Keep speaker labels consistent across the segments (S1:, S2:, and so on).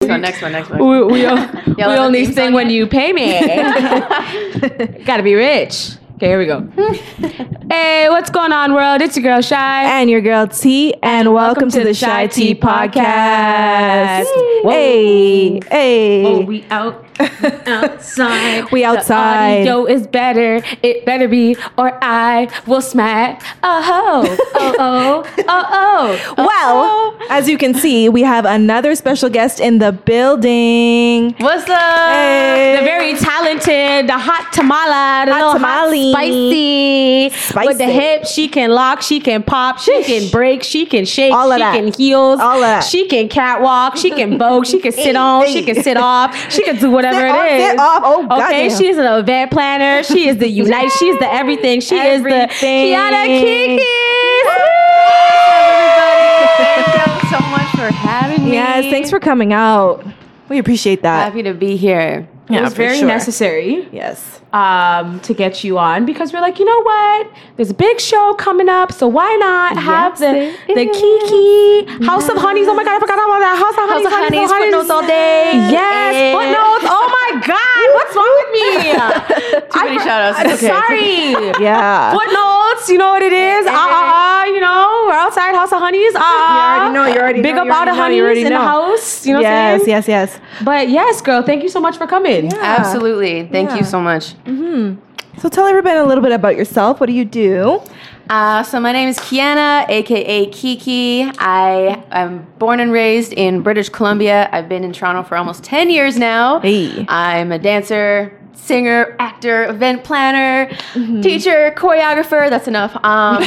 S1: one, next one, next one.
S2: We, we, o- we
S1: let the
S2: only
S1: theme
S2: sing
S1: song
S2: when
S1: in.
S2: you pay me. Gotta be rich. Okay, here we go. hey, what's going on, world? It's your girl Shy.
S3: and your girl T, and welcome, to, the Shy T podcast.
S2: Woo.
S3: Hey, hey,
S2: we out
S1: Oh.
S2: outside.
S3: We outside.
S2: The audio is better. It better be, or I will smack a hoe. Oh oh oh oh.
S3: well, as you can see, we have another special guest in the building.
S1: What's up?
S3: Hey.
S2: The very talented, the hot tamala, the
S3: Hot
S2: little
S3: tamale.
S2: hot spicy. With the
S3: Spicy.
S2: hip, she can lock, she can pop, she
S3: Sheesh.
S2: can break, she can shake,
S3: All of
S2: she
S3: that.
S2: can heels,
S3: All of that.
S2: she can catwalk, she can bogue, she can sit
S3: Hey,
S2: on,
S3: hey.
S2: she can sit off, she can do whatever
S3: Sit
S2: it
S3: on,
S2: is.
S3: sit off. Oh,
S2: okay,
S3: goddamn.
S2: she's an event planner, she is the unite, she's the everything, she is the
S3: Everything.
S2: Kiana Kiki.
S1: Thank you so much for having me.
S3: Yes, thanks for coming out. We appreciate that.
S1: Happy to be here.
S2: it was
S3: for
S2: very
S3: sure.
S2: necessary.
S3: Yes,
S2: um, to get you on because we're like, you know what? There's a big show coming up, so why not have the
S1: Yes, it
S2: the
S1: is.
S2: Kiki House of Honeys? Oh my god, I forgot about that House of
S1: House
S2: Honeys.
S1: of Honeys, footnotes all day.
S2: Yes,
S1: Eh.
S2: footnotes. Oh my god, what's wrong with me?
S1: Too many
S2: I for-
S1: shout-outs.
S2: I'm
S1: Okay.
S2: sorry.
S3: yeah.
S2: Footnotes, you know what it is. Uh, uh, uh, you know, we're outside House of Honeys. Uh,
S3: already know, Eh. you already
S2: Big
S3: know,
S2: up
S3: you
S2: all the
S3: already
S2: honeys
S3: know, you already
S2: in the
S3: know.
S2: house. You know what I'm
S3: yes,
S2: saying?
S3: yes, yes.
S2: But yes, girl, thank you so much for coming.
S1: Absolutely. Thank
S3: Yeah.
S1: you so much.
S3: So tell everybody a little bit about yourself. What do you do?
S1: Uh, so my name is Kiana, aka Kiki. I am born and raised in British Columbia. I've been in Toronto for almost 10 years now.
S3: Hey.
S1: I'm a dancer, singer, actor, event planner, teacher, choreographer. That's enough. Um,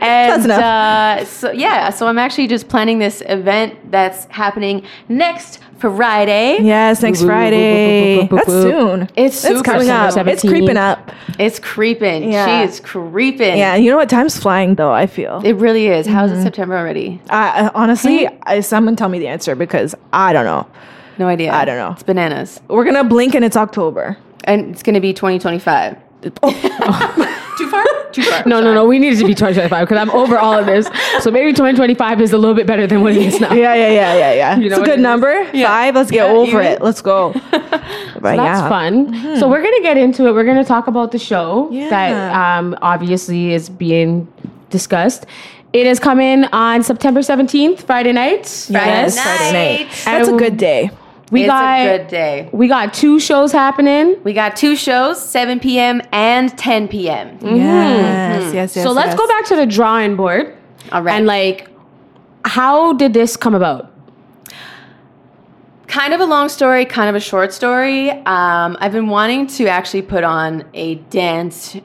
S1: and
S3: enough.
S1: Uh, so yeah, so I'm actually just planning this event that's happening next Friday.
S3: Yes, next
S2: Boop, boop, boop, boop, boop,
S3: Friday.
S2: boop, boop,
S3: That's
S2: boop.
S3: soon.
S1: It's
S3: it's
S1: super
S3: coming
S1: soon.
S3: up. It's
S2: 17th.
S3: creeping up.
S1: It's creeping.
S3: Yeah.
S1: She is creeping.
S3: Yeah, you know what? Time's flying though. I feel.
S1: It really is. How is it September already?
S3: I, I- honestly, I, someone tell me the answer because I don't know.
S1: No idea.
S3: I don't know.
S1: It's bananas.
S3: We're gonna blink and it's October.
S1: And it's going to be 2025. Too far? Too far.
S2: No, no, no. We need it to be 2025 because I'm over all of this. So maybe 2025 is a little bit better than what it is now.
S3: Yeah, yeah, yeah, yeah, yeah.
S2: You know
S3: it's a
S2: what
S3: good
S2: it is.
S3: number.
S2: Yeah.
S3: Five. Let's get
S2: Yeah,
S3: over
S2: even.
S3: it. Let's go. but
S2: That's fun. So we're gonna get into it. We're gonna talk about the show that
S3: Yeah.
S2: um, obviously is being discussed. It is coming on September 17th, Friday night.
S3: Yes,
S1: Friday
S3: Friday night.
S1: night.
S3: That's a good day.
S2: We
S1: it's
S2: got
S1: a good day.
S2: we got two shows happening.
S1: We got two shows, 7 p.m. and 10 p.m.
S3: Yes, yes, yes.
S2: so let's
S3: yes.
S2: go back to the drawing board
S1: All right.
S2: and like, how did this come about?
S1: kind of a long story, kind of a short story. Um, I've been wanting to actually put on a dance,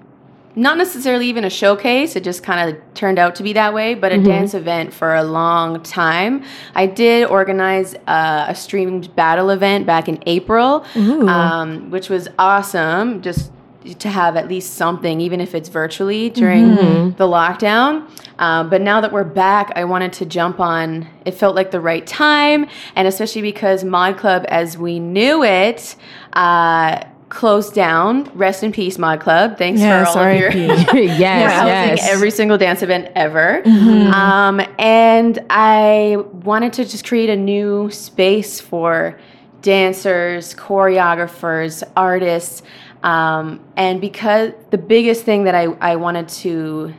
S1: not necessarily even a showcase, it just kind of turned out to be that way, but a dance event for a long time. I did organize uh, a streamed battle event back in April, um, which was awesome. Just to have at least something, even if it's virtually during the lockdown. Um, but now that we're back, I wanted to jump on. It felt like the right time, and especially because Mod Club, as we knew it, uh, closed down. Rest in peace, Mod Club. Thanks
S3: Yes,
S1: for all of your
S3: R.I.P..
S2: yes,
S1: for housing
S2: yes. Mm-hmm.
S1: every single dance event ever. Um, and I wanted to just create a new space for dancers, choreographers, artists. Um, and because the biggest thing that I, I wanted to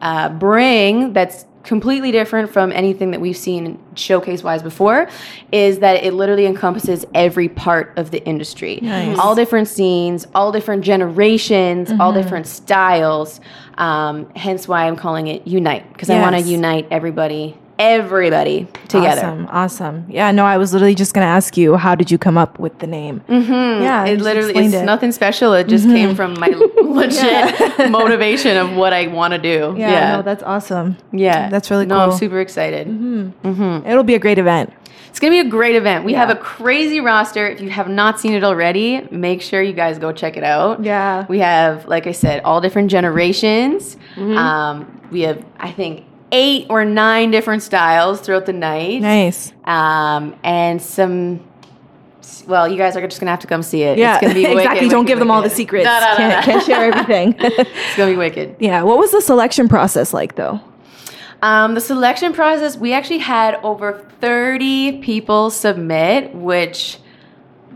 S1: uh, bring that's completely different from anything that we've seen showcase wise before is that it literally encompasses every part of the industry
S3: Nice.
S1: all different scenes all different generations all
S3: Mm-hmm.
S1: different styles um, hence why i'm calling it unite because i want to
S3: Yes.
S1: unite everybody everybody together
S3: Awesome, awesome. Yeah, no, I was literally just gonna ask you, how did you come up with the name? Mm-hmm. Yeah, you
S1: it
S3: just
S1: literally
S3: explained
S1: it's
S3: it.
S1: nothing special it just
S3: Mm-hmm.
S1: came from my legit motivation of what i want to do yeah
S3: Yeah,
S1: yeah,
S3: no, that's awesome. that's really
S1: no i'm
S3: cool.
S1: super excited
S3: It'll be a great event.
S1: It's gonna be a great event. We have a crazy roster. If you have not seen it already, make sure you guys go check it out.
S3: Yeah.
S1: We have, like I said, all different generations.
S3: Mm-hmm.
S1: Um, we have, I think, eight or nine different styles throughout the night.
S3: Nice.
S1: Um, and some. Well, you guys are just gonna have to come see it.
S3: Yeah,
S1: it's gonna be wicked,
S3: exactly. Don't
S1: wicked,
S3: give them all the
S1: wicked.
S3: secrets.
S1: No, no, no,
S3: can't,
S1: no.
S3: can't share everything.
S1: It's gonna be wicked.
S3: yeah. What was the selection process like, though?
S1: Um, the selection process, we actually had over 30 people submit, which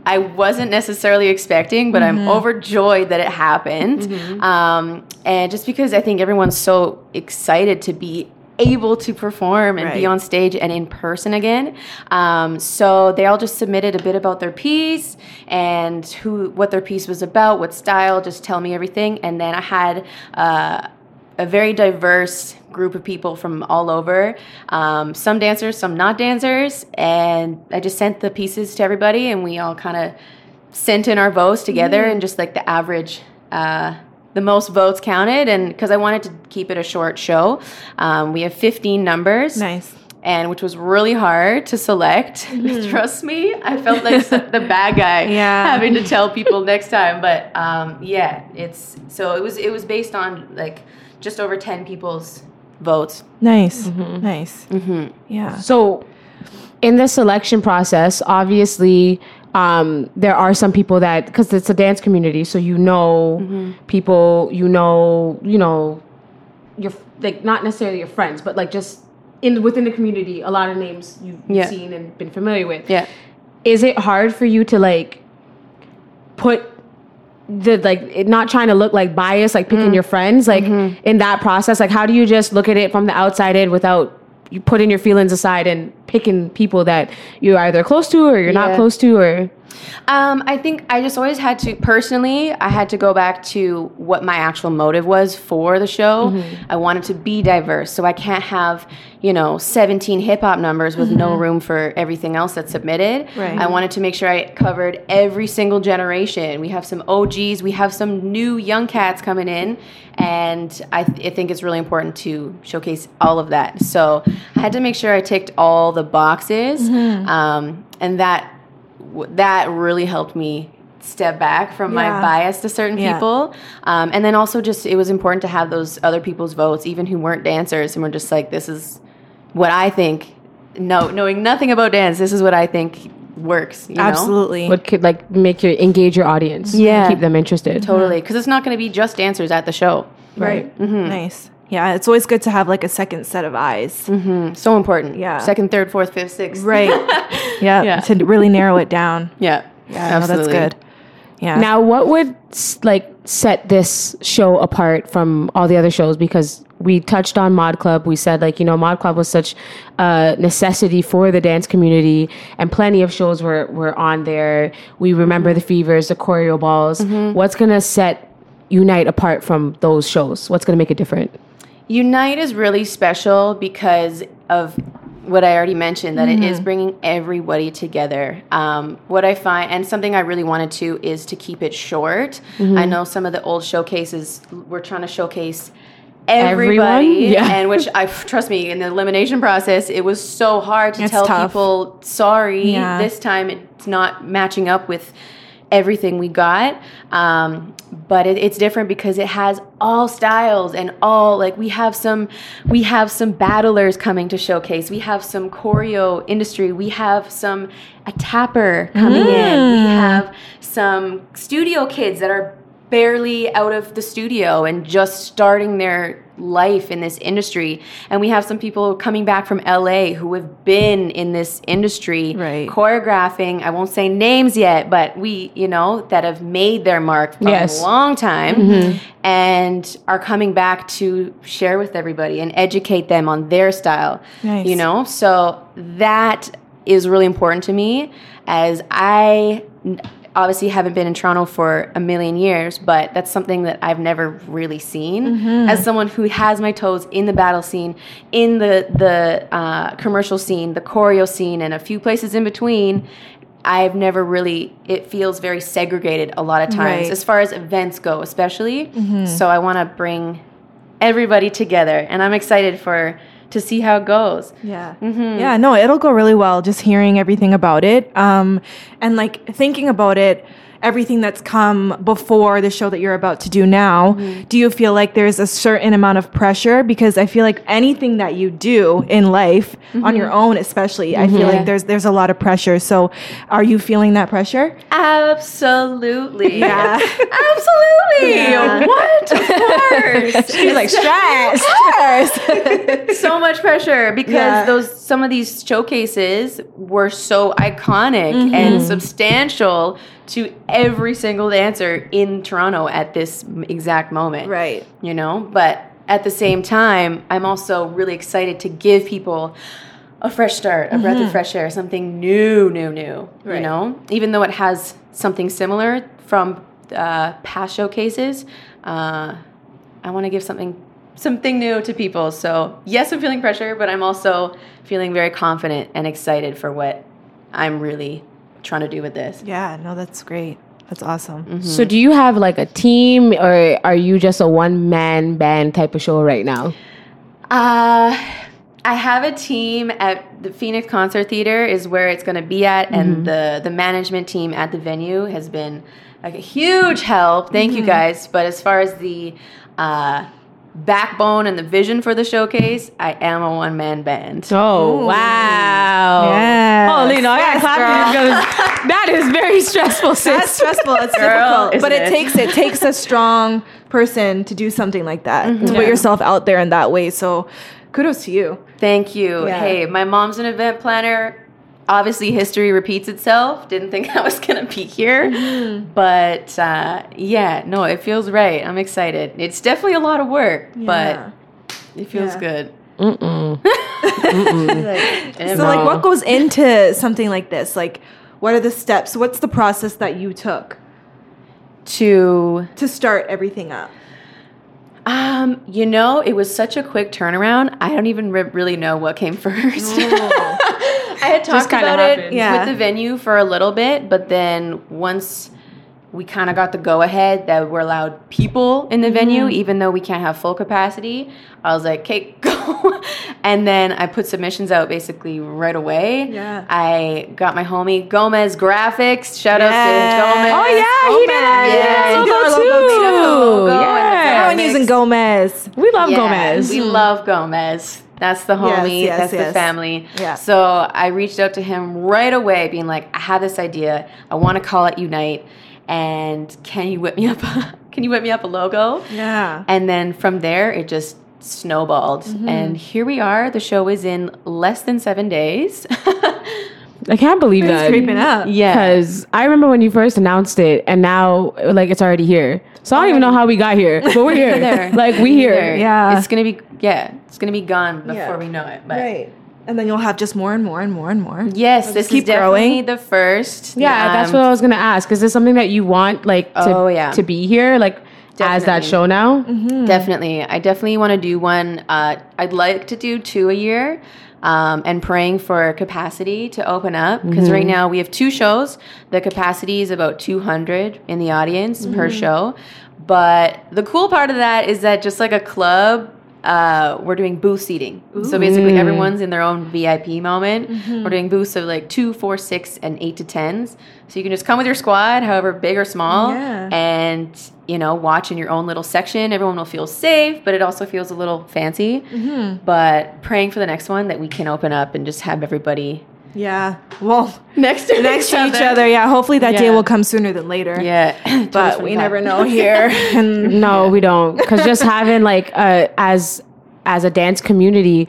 S1: I wasn't necessarily expecting, but I'm overjoyed that it happened. Um, and just because I think everyone's so excited to be able to perform and be
S3: Right.
S1: on stage and in person again. Um, so they all just submitted a bit about their piece and who, what their piece was about, what style, just tell me everything. And then I had uh, a very diverse group of people from all over um, some dancers some not dancers and i just sent the pieces to everybody and we all kind of sent in our votes together and just like the average uh, the most votes counted and because i wanted to keep it a short show um, we have 15 numbers
S3: Nice.
S1: and which was really hard to select. Trust me, I felt like s- the bad guy
S3: Yeah.
S1: having to tell people next time. But um, yeah, it's so it was it was based on like just over ten people's votes.
S3: Nice. Mm-hmm. Nice. Yeah.
S2: So, in the selection process, obviously, um, there are some people that because it's a dance community, so you know
S1: Mm-hmm.
S2: people, you know, you know, your like not necessarily your friends, but like just in within the community, a lot of names you've
S1: Yeah.
S2: seen and been familiar with.
S1: Yeah.
S2: Is it hard for you to like put the like it, not trying to look like biased, like
S1: Mm.
S2: picking your friends, like
S1: Mm-hmm.
S2: in that process, like how do you just look at it from the outside in without you putting your feelings aside and picking people that you're either close to or you're not
S1: Yeah.
S2: close to or
S1: Um, I think I just always had to personally. I had to go back to what my actual motive was for the show. I wanted to be diverse, so I can't have you know seventeen hip hop numbers with no room for everything else that's submitted.
S3: Right.
S1: I wanted to make sure I covered every single generation. We have some OGs, we have some new young cats coming in, and I, th- I think it's really important to showcase all of that. So I had to make sure I ticked all the boxes, um, and that w- that really helped me step back from my
S3: Yeah.
S1: bias to certain
S3: Yeah.
S1: people um, and then also just it was important to have those other people's votes even who weren't dancers and were just like this is what i think no knowing nothing about dance this is what i think works you know?
S3: Absolutely.
S2: what could like make your engage your audience and
S1: Yeah.
S2: keep them interested
S3: mm-hmm.
S1: totally because it's not going to be just dancers at the show
S3: Right. Mm-hmm. Nice. Yeah. It's always good to have like a second set of eyes.
S1: Mm, so important
S3: Yeah.
S1: second third fourth fifth sixth
S3: Mm-hmm. Right. yeah. To really narrow it down.
S1: yeah
S3: Yeah, no, that's good. Yeah.
S2: now what would s- like set this show apart from all the other shows because we touched on mod club we said like you know mod club was such a necessity for the dance community and plenty of shows were were on there we remember the fevers the choreo balls what's gonna set unite apart from those shows what's gonna make it different
S1: Unite is really special because of what I already mentioned that it is
S3: Mm-hmm.
S1: bringing everybody together. Um, what I find, and something I really wanted to, is to keep it short.
S3: Mm-hmm.
S1: I know some of the old showcases were trying to showcase everybody,
S2: Everyone? Yeah.
S1: and which I trust me in the elimination process, it was so hard to
S3: It's
S1: tell
S3: tough.
S1: people, sorry,
S3: Yeah.
S1: this time it's not matching up with everything we got um, but it, it's different because it has all styles and all like we have some we have some battlers coming to showcase we have some choreo industry we have some a tapper coming in we have some studio kids that are barely out of the studio and just starting their life in this industry and we have some people coming back from LA who have been in this industry
S3: Right.
S1: choreographing I won't say names yet but we you know that have made their mark for
S2: Yes.
S1: a long time and are coming back to share with everybody and educate them on their style
S3: Nice.
S1: you know so that is really important to me as I n- obviously haven't been in Toronto for a million years, but that's something that I've never really seen. As someone who has my toes in the battle scene, in the the uh, commercial scene, the choreo scene, and a few places in between. I've never really, it feels very segregated a lot of times
S3: Right.
S1: as far as events go, especially. So I want to bring everybody together and I'm excited for to see how it goes.
S3: Yeah. Yeah, no, it'll go really well just hearing everything about it. Um and like thinking about it everything that's come before the show that you're about to do now, do you feel like there's a certain amount of pressure? Because I feel like anything that you do in life, on your own especially, I feel
S1: Yeah.
S3: like there's there's a lot of pressure. So are you feeling that pressure?
S1: Absolutely.
S3: Yeah.
S1: Absolutely.
S3: Yeah.
S1: What? Of course. She's like
S3: stress, stress.
S1: so much pressure because
S3: Yeah.
S1: those some of these showcases were so iconic and
S3: Mm-hmm.
S1: substantial to every single dancer in Toronto at this m- exact moment.
S3: right.
S1: You know, but at the same time, I'm also really excited to give people a fresh start, a breath of fresh air, something new, new, new. You
S3: Right.
S1: know, even though it has something similar from uh, past showcases, uh, I want to give something something new to people. So yes, I'm feeling pressure, but I'm also feeling very confident and excited for what I'm really trying to do with this. Mm-hmm.
S3: Yeah, no, that's great. That's awesome.
S1: Mm.
S2: So do you have like a team or are you just a one man band type of show right now?
S1: Uh, I have a team at the Phoenix Concert Theater is where it's going to be at, and the the management team at the venue has been like a huge help. Thank you guys. But as far as the uh, backbone and the vision for the showcase, I am a one man band.
S2: Oh wow.
S3: Yes.
S2: Holy no, I gotta clap for you because that is very stressful, sis.
S3: That's stressful. It's
S1: Girl,
S3: difficult, but
S1: isn't
S3: it,
S1: it?
S3: takes it takes a strong person to do something like that
S1: Mm-hmm.
S3: to put
S2: Yeah.
S3: yourself out there in that way. So, kudos to you.
S1: Thank you.
S3: Yeah.
S1: Hey, my mom's an event planner. Obviously, history repeats itself. Didn't think I was going to be here.
S3: Mm-hmm.
S1: But uh, yeah, no, it feels right. I'm excited. It's definitely a lot of work,
S3: Yeah.
S1: but it feels
S3: Yeah.
S1: good.
S2: Oh,
S3: so, like, what goes into something like this? Like, what are the steps? What's the process that you took
S1: to
S3: to start everything up?
S1: um you know it was such a quick turnaround i don't even re- really know what came first i had talked
S2: Just kinda
S1: about
S2: happened.
S1: it
S3: Yeah.
S1: with the venue for a little bit but then once we kind of got the go ahead that we're allowed people in the venue even though we can't have full capacity i was like okay go and then i put submissions out basically right away
S3: Yeah.
S1: i got my homie gomez graphics shout out to gomez
S3: Oh yeah, he did.
S1: Gomez.
S3: Yeah,
S1: Yes.
S3: he did our
S2: Logo
S3: logo
S2: too.
S3: too.
S1: Logo and
S2: Yes.
S3: Everyone
S1: graphics.
S3: using Gomez.
S2: We love
S1: Yeah,
S2: Gomez.
S1: We love Gomez. That's the
S3: Mm. Yes,
S1: homie.
S3: yes,
S1: that's
S3: yes.
S1: the family.
S3: Yeah.
S1: So I reached out to him right away, being like, I have this idea. I want to call it Unite. And can you whip me up? a- can you whip me up a logo?
S3: Yeah.
S1: And then from there, it just snowballed.
S3: Mm-hmm.
S1: And here we are. The show is in less than seven days.
S2: I can't believe that.
S3: creeping up.
S1: yeah.
S2: Because I remember when you first announced it, and now like it's already here. So I don't even know how we got here, but we're here.
S1: There.
S2: Like we here.
S1: There.
S3: Yeah.
S1: It's gonna be yeah. It's gonna be gone before
S3: Yeah.
S1: we know it. But
S3: Right. And then you'll have just more and more and more and more.
S1: yes, this is
S3: keep
S1: definitely
S3: growing.
S1: the first.
S2: Yeah, that's
S1: um,
S2: what I was gonna ask. Is this something that you want like to,
S1: Oh, yeah.
S2: to be here, like as that
S1: Definitely.
S2: show now?
S1: Definitely. I definitely want to do one. Uh, I'd like to do two a year um, and praying for capacity to open up because right now we have two shows. The capacity is about 200 in the audience per show. But the cool part of that is that just like a club, uh, we're doing booth seating. So basically, everyone's in their own VIP moment. We're doing booths of like two, four, six, and eight to tens. So you can just come with your squad, however big or small,
S3: Yeah.
S1: and you know watch in your own little section everyone will feel safe but it also feels a little fancy but praying for the next one that we can open up and just have everybody
S3: Yeah. Well,
S1: next to
S3: next to each other. Yeah. Hopefully that day
S2: Yeah.
S3: will come sooner than later.
S1: yeah Totally
S3: But we
S1: forgot.
S3: never know here. And
S2: No, we don't. Because just having like uh, as as a dance community,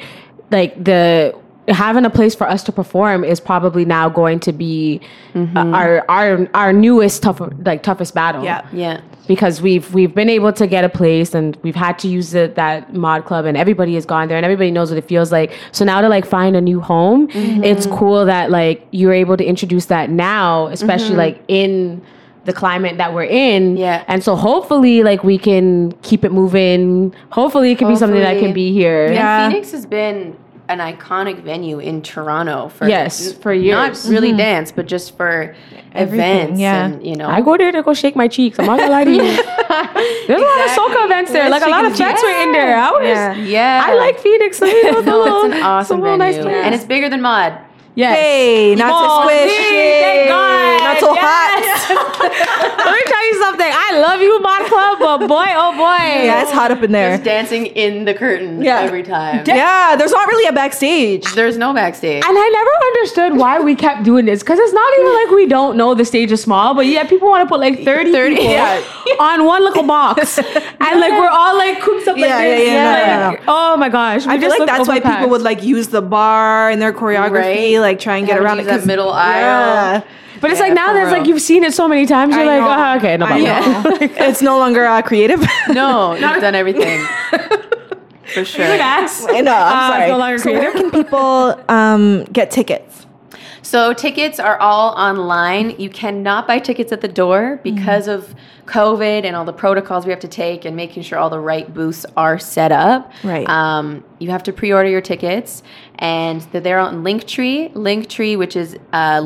S2: like the having a place for us to perform is probably now going to be uh, our our our newest tough like toughest battle.
S3: Yeah.
S1: yeah
S2: because we've we've been able to get a place and we've had to use the, that mod club and everybody has gone there and everybody knows what it feels like so now to like find a new home
S1: Mm-hmm.
S2: it's cool that like you're able to introduce that now especially like in the climate that we're in
S1: Mm-hmm. Yeah.
S2: and so hopefully like we can keep it moving hopefully it can be something that
S1: Hopefully.
S2: can be here
S1: And
S3: Yeah.
S1: Phoenix has been an iconic venue in Toronto for
S2: Yes, for years.
S1: Not really dance, but just for events.
S3: yeah.
S1: and, you know,
S2: I go there to go shake my cheeks. I'm not gonna lie to you. There's a lot of
S1: Exactly.
S2: soca events there.
S1: We're
S2: like a lot of
S1: shaking
S2: fets
S1: cheeks.
S2: were in there. I was,
S3: Yeah.
S1: yeah,
S2: I like Phoenix. So you know, it's a
S1: No,
S2: little-
S1: it's an awesome
S2: a little
S1: venue,
S2: nice place.
S1: and it's bigger than Mod.
S2: Yes.
S3: Hey, not
S2: Oh,
S3: to squish.
S2: see, thank
S3: Hey,
S2: God.
S3: Not so
S2: Yes.
S3: hot.
S2: Let me tell you something. I love you, Mod Club, but boy, oh boy.
S3: Yeah, it's hot up in there.
S1: Just dancing in the curtain
S3: Yeah.
S1: every time.
S3: Yeah, there's not really a backstage.
S1: There's no backstage.
S2: And I never understood why we kept doing this because it's not even like we don't know the stage is small, but yeah, people want to put like 30,
S1: 30,
S2: people
S1: yeah.
S2: on one little box. and like we're all like cooped up like
S3: Yeah, yeah,
S2: this.
S3: yeah, no, no,
S2: like, Oh my gosh.
S3: I feel like that's why people would like use the bar and their choreography,
S1: Right.
S3: like try and get
S1: Have it
S3: around
S1: use
S3: it.
S1: that
S3: 'cause-
S1: middle aisle.
S2: But it's
S3: Yeah,
S2: like now
S3: for
S2: that's
S3: real.
S2: like you've seen it so many times,
S3: I
S2: you're like,
S3: know.
S2: "Ah, okay, no
S3: I
S2: problem.
S1: Yeah.
S3: know. it's no longer uh, creative.
S1: no, you've done everything. For sure.
S2: Ass.
S3: I know.
S2: Uh,
S3: I'm
S2: it's
S3: sorry.
S2: no longer
S3: so where
S2: creative.
S3: can people um, get tickets?
S1: So tickets are all online. You cannot buy tickets at the
S3: Mm-hmm.
S1: door because of COVID and all the protocols we have to take and making sure all the right booths are set up.
S3: Right.
S1: Um, you have to pre-order your tickets, and they're there on Linktree, Linktree, which is uh,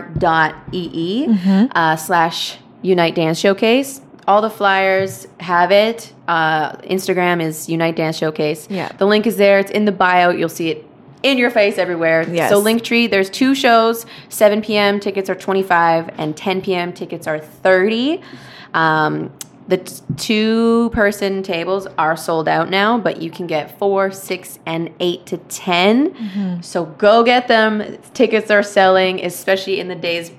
S1: linktr.ee
S3: Mm-hmm.
S1: uh, slash Unite Dance Showcase. All the flyers have it. Uh, Instagram is Unite Dance Showcase.
S3: Yeah.
S1: The link is there. It's in the bio. You'll see it in your face everywhere.
S3: Yes.
S1: So Linktree, there's two shows. 7 p.m. tickets are 25, and 10 p.m. tickets are 30. Um, the t- two-person tables are sold out now, but you can get four, six, and eight to 10
S3: Mm-hmm.
S1: So go get them. Tickets are selling, especially in the days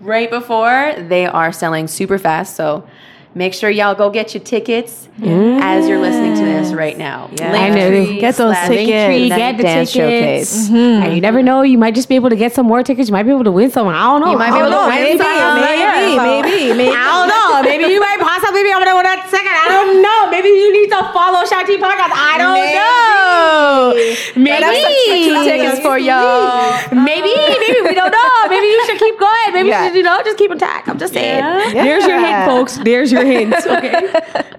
S1: right before. They are selling super fast. So. Make sure y'all go get your tickets as you're listening to this right now.
S2: I know.
S1: Linktree
S3: Get those
S1: slash
S3: tickets.
S2: Linktree,
S1: Unite
S2: get the
S1: Dance
S2: tickets. Mm-hmm. And you never know, you might just be able to get some more tickets. You might be able to win some. I don't know. You
S1: might be able to
S3: Oh,
S1: win
S3: maybe,
S1: some.
S3: maybe,
S2: Yeah.
S3: maybe, maybe.
S2: I don't know. Maybe you might possibly be able to win that second. I don't know. Maybe you need to follow Shanti Podcast. I don't know. Maybe.
S1: That's two tickets for y'all.
S2: Maybe, maybe we don't know. Maybe you should keep going. Maybe
S3: Yeah.
S2: you should, you know, just keep intact. I'm just saying.
S3: Yeah.
S2: There's your hint, folks. There's your hint. Okay,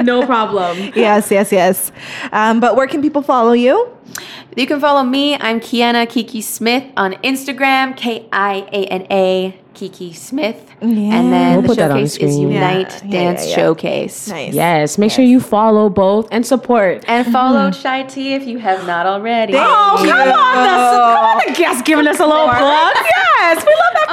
S2: no problem.
S3: Yes, yes, yes. Um, but where can people follow you?
S1: You can follow me. I'm Kiana Kiki Smith on Instagram, K I A N A Kiki Smith. And then
S2: We'll
S1: the
S2: put that on the
S1: showcase is
S2: screen.
S1: Unite
S3: Yeah, yeah,
S1: Dance
S3: yeah, yeah.
S1: Showcase.
S3: Nice.
S2: Yes, make sure you follow both and support.
S1: And follow Shy T if you have not already.
S2: Oh, come on, the, come on, the guest giving us a little plug.
S3: Yes, we love that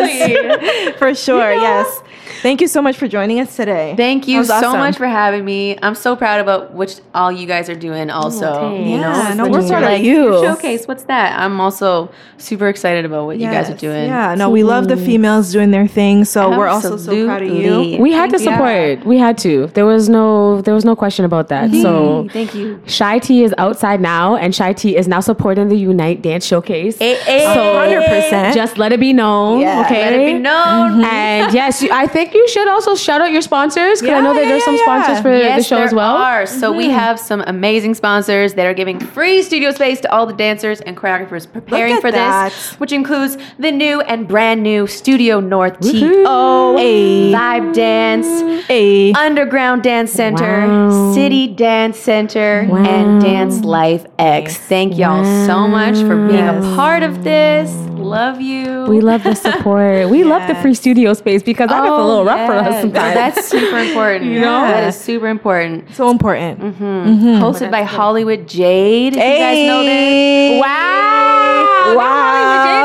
S3: for
S1: Obviously.
S3: us. for sure, yes. Thank you so much for joining us today.
S1: Thank
S3: That
S1: you
S3: was
S1: so
S3: awesome.
S1: much for having me. I'm so proud about what all you guys are doing also.
S2: thanks.
S1: you know,
S3: Oh, Yeah, no,
S1: Like,
S3: we're proud of
S1: like,
S3: you.
S1: Showcase, what's that? I'm also super excited about what you guys are
S3: Yes,
S1: doing.
S3: Yeah, no, we love the females doing their thing, so we're also so proud of you.
S1: Absolutely.
S2: We had to support. We had to. There was no there was no question about that. So
S1: Thank you.
S2: Shy T is outside now, and Shy T is now supporting the Unite Dance Showcase.
S1: So,
S3: 100%.
S2: Just let it be known,
S3: Yeah.
S2: okay? Mm-hmm.
S1: let it be known.
S3: Mm-hmm.
S2: And yes, you, I think you should also shout out your sponsors because
S3: Yeah,
S2: I know that
S3: yeah,
S2: there's some
S3: yeah, yeah.
S2: sponsors for the show as
S1: there
S2: well. Mm-hmm.
S1: Are. So we have some amazing sponsors that are giving free studio space to all the dancers and choreographers preparing
S3: at
S1: for
S3: that.
S1: this, which includes the new and brand new Studio North
S2: Woohoo.
S1: TO,
S3: Hey.
S1: Vibe Dance,
S3: Hey.
S1: Underground Dance Center,
S2: Wow.
S1: City Dance Center,
S2: Wow.
S1: and Dance Life X. Thank y'all so much for being a part of this. Love you. Oh,
S2: We love the support. We love the free studio space because that's a little rough for us
S1: Yes.
S2: sometimes.
S1: That's super important. You know,
S3: know?
S1: that is super important.
S3: so important.
S1: Mm-hmm.
S3: Hmm.
S1: Hosted by Hollywood Jade. If you guys know this.
S3: Hey.
S2: wow.
S3: Wow.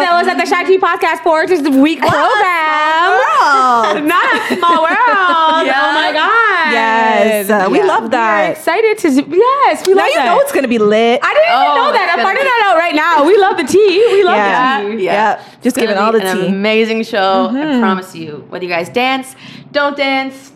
S2: That was at the Shy T Podcast for just the week program.
S3: Girl.
S2: Not a small world.
S1: Yeah.
S2: Oh my god.
S3: Yes, uh, we love
S2: We're
S3: that.
S2: excited to yes, we
S3: Now
S2: love
S3: you
S2: that.
S3: know it's going to be lit.
S2: I didn't
S1: Oh,
S2: even know that.
S1: it's
S2: I'm
S1: gonna
S2: finding
S1: be-
S2: that out right now. We love the tea. We love
S3: yeah.
S2: the tea.
S3: yeah.
S1: It's
S3: Just
S1: gonna
S3: giving all the
S1: be an
S3: tea. Mm-hmm.
S1: amazing show. I promise you. Whether you guys dance, don't dance,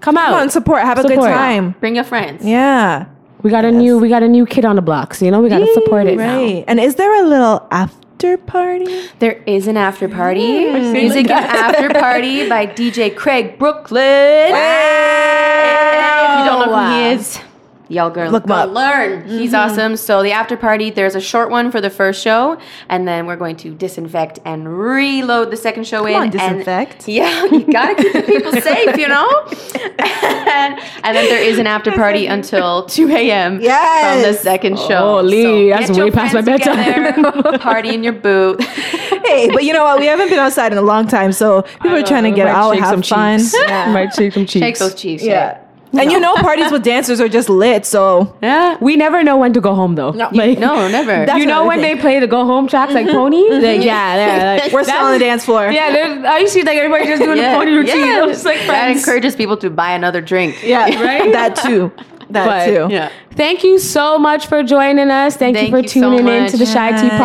S2: Come out.
S3: Come on, support. Have a
S2: Support.
S3: good time.
S1: bring your friends.
S3: Yeah.
S2: We got a new we got a new kid on the block, so you know we gotta support it now.
S3: Right. And is there a little after party?
S1: There is an after party.
S3: Mm.
S1: Music and after party by DJ Craig Brooklyn. If you don't know who he is, y'all girl,
S3: Look him
S1: go
S3: up.
S1: learn. He's
S2: Mm-hmm.
S1: awesome. So the after party, there's a short one for the first show, and then we're going to disinfect and reload the second show in.
S3: on,
S1: and-
S3: disinfect.
S1: yeah, you gotta keep the people safe, you know. and, and then there is an after party until 2 a.m.
S3: Yes.
S1: from the second show.
S2: Holy,
S1: So
S2: that's
S1: get your
S2: way past my
S1: friends
S2: bedtime.
S1: together, party in your boot.
S3: Hey, but you know what? We haven't been outside in a long time, so people are trying to
S2: We
S3: get
S2: might
S3: out,
S2: shake
S3: have
S2: some
S3: fun.
S2: cheeks.
S3: Yeah.
S2: Might shake some cheeks.
S1: Shake those cheeks.
S3: Yeah. And you know, parties with dancers are just lit. So
S1: Yeah.
S2: We never know when to go home though.
S3: No.
S2: like,
S1: No, never.
S3: That's
S2: you know
S3: another
S2: when
S3: thing.
S2: they play the go home tracks like pony? Like, yeah, yeah. Like,
S3: we're still on the dance floor.
S2: yeah, there's- I used to see like everybody just doing the pony routine.
S1: yeah.
S2: I was just like,
S1: that
S2: friends.
S1: encourages people to buy another drink.
S3: yeah,
S2: Right?
S3: That too. That
S2: But-
S3: too.
S1: Yeah.
S2: Thank you so much for joining us. Thank,
S1: Thank
S2: you for
S1: you so
S2: tuning in
S1: much.
S2: to the Shy T
S3: Yes.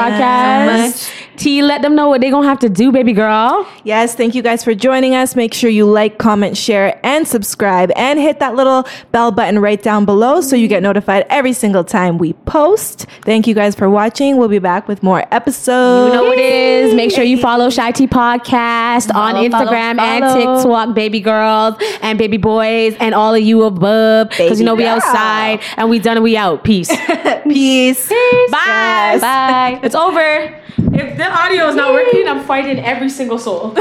S2: podcast.
S1: So
S2: T, let them know what they're going to have to do, baby girl.
S3: Yes, thank you guys for joining us. Make sure you like, comment, share, and subscribe, and hit that little bell button right down below so you get notified every single time we post. Thank you guys for watching. We'll be back with more episodes.
S2: You know what it is. Make sure you follow Shy T Podcast on
S1: Follow, follow,
S2: Instagram
S1: follow.
S2: and TikTok, baby girls and baby boys and all of you above. Because you know we
S3: Baby girl.
S2: outside and we done and we out. Peace.
S3: Peace.
S2: Bye.
S3: Yes.
S2: Bye. It's over. If the audio is not working, I'm fighting every single soul.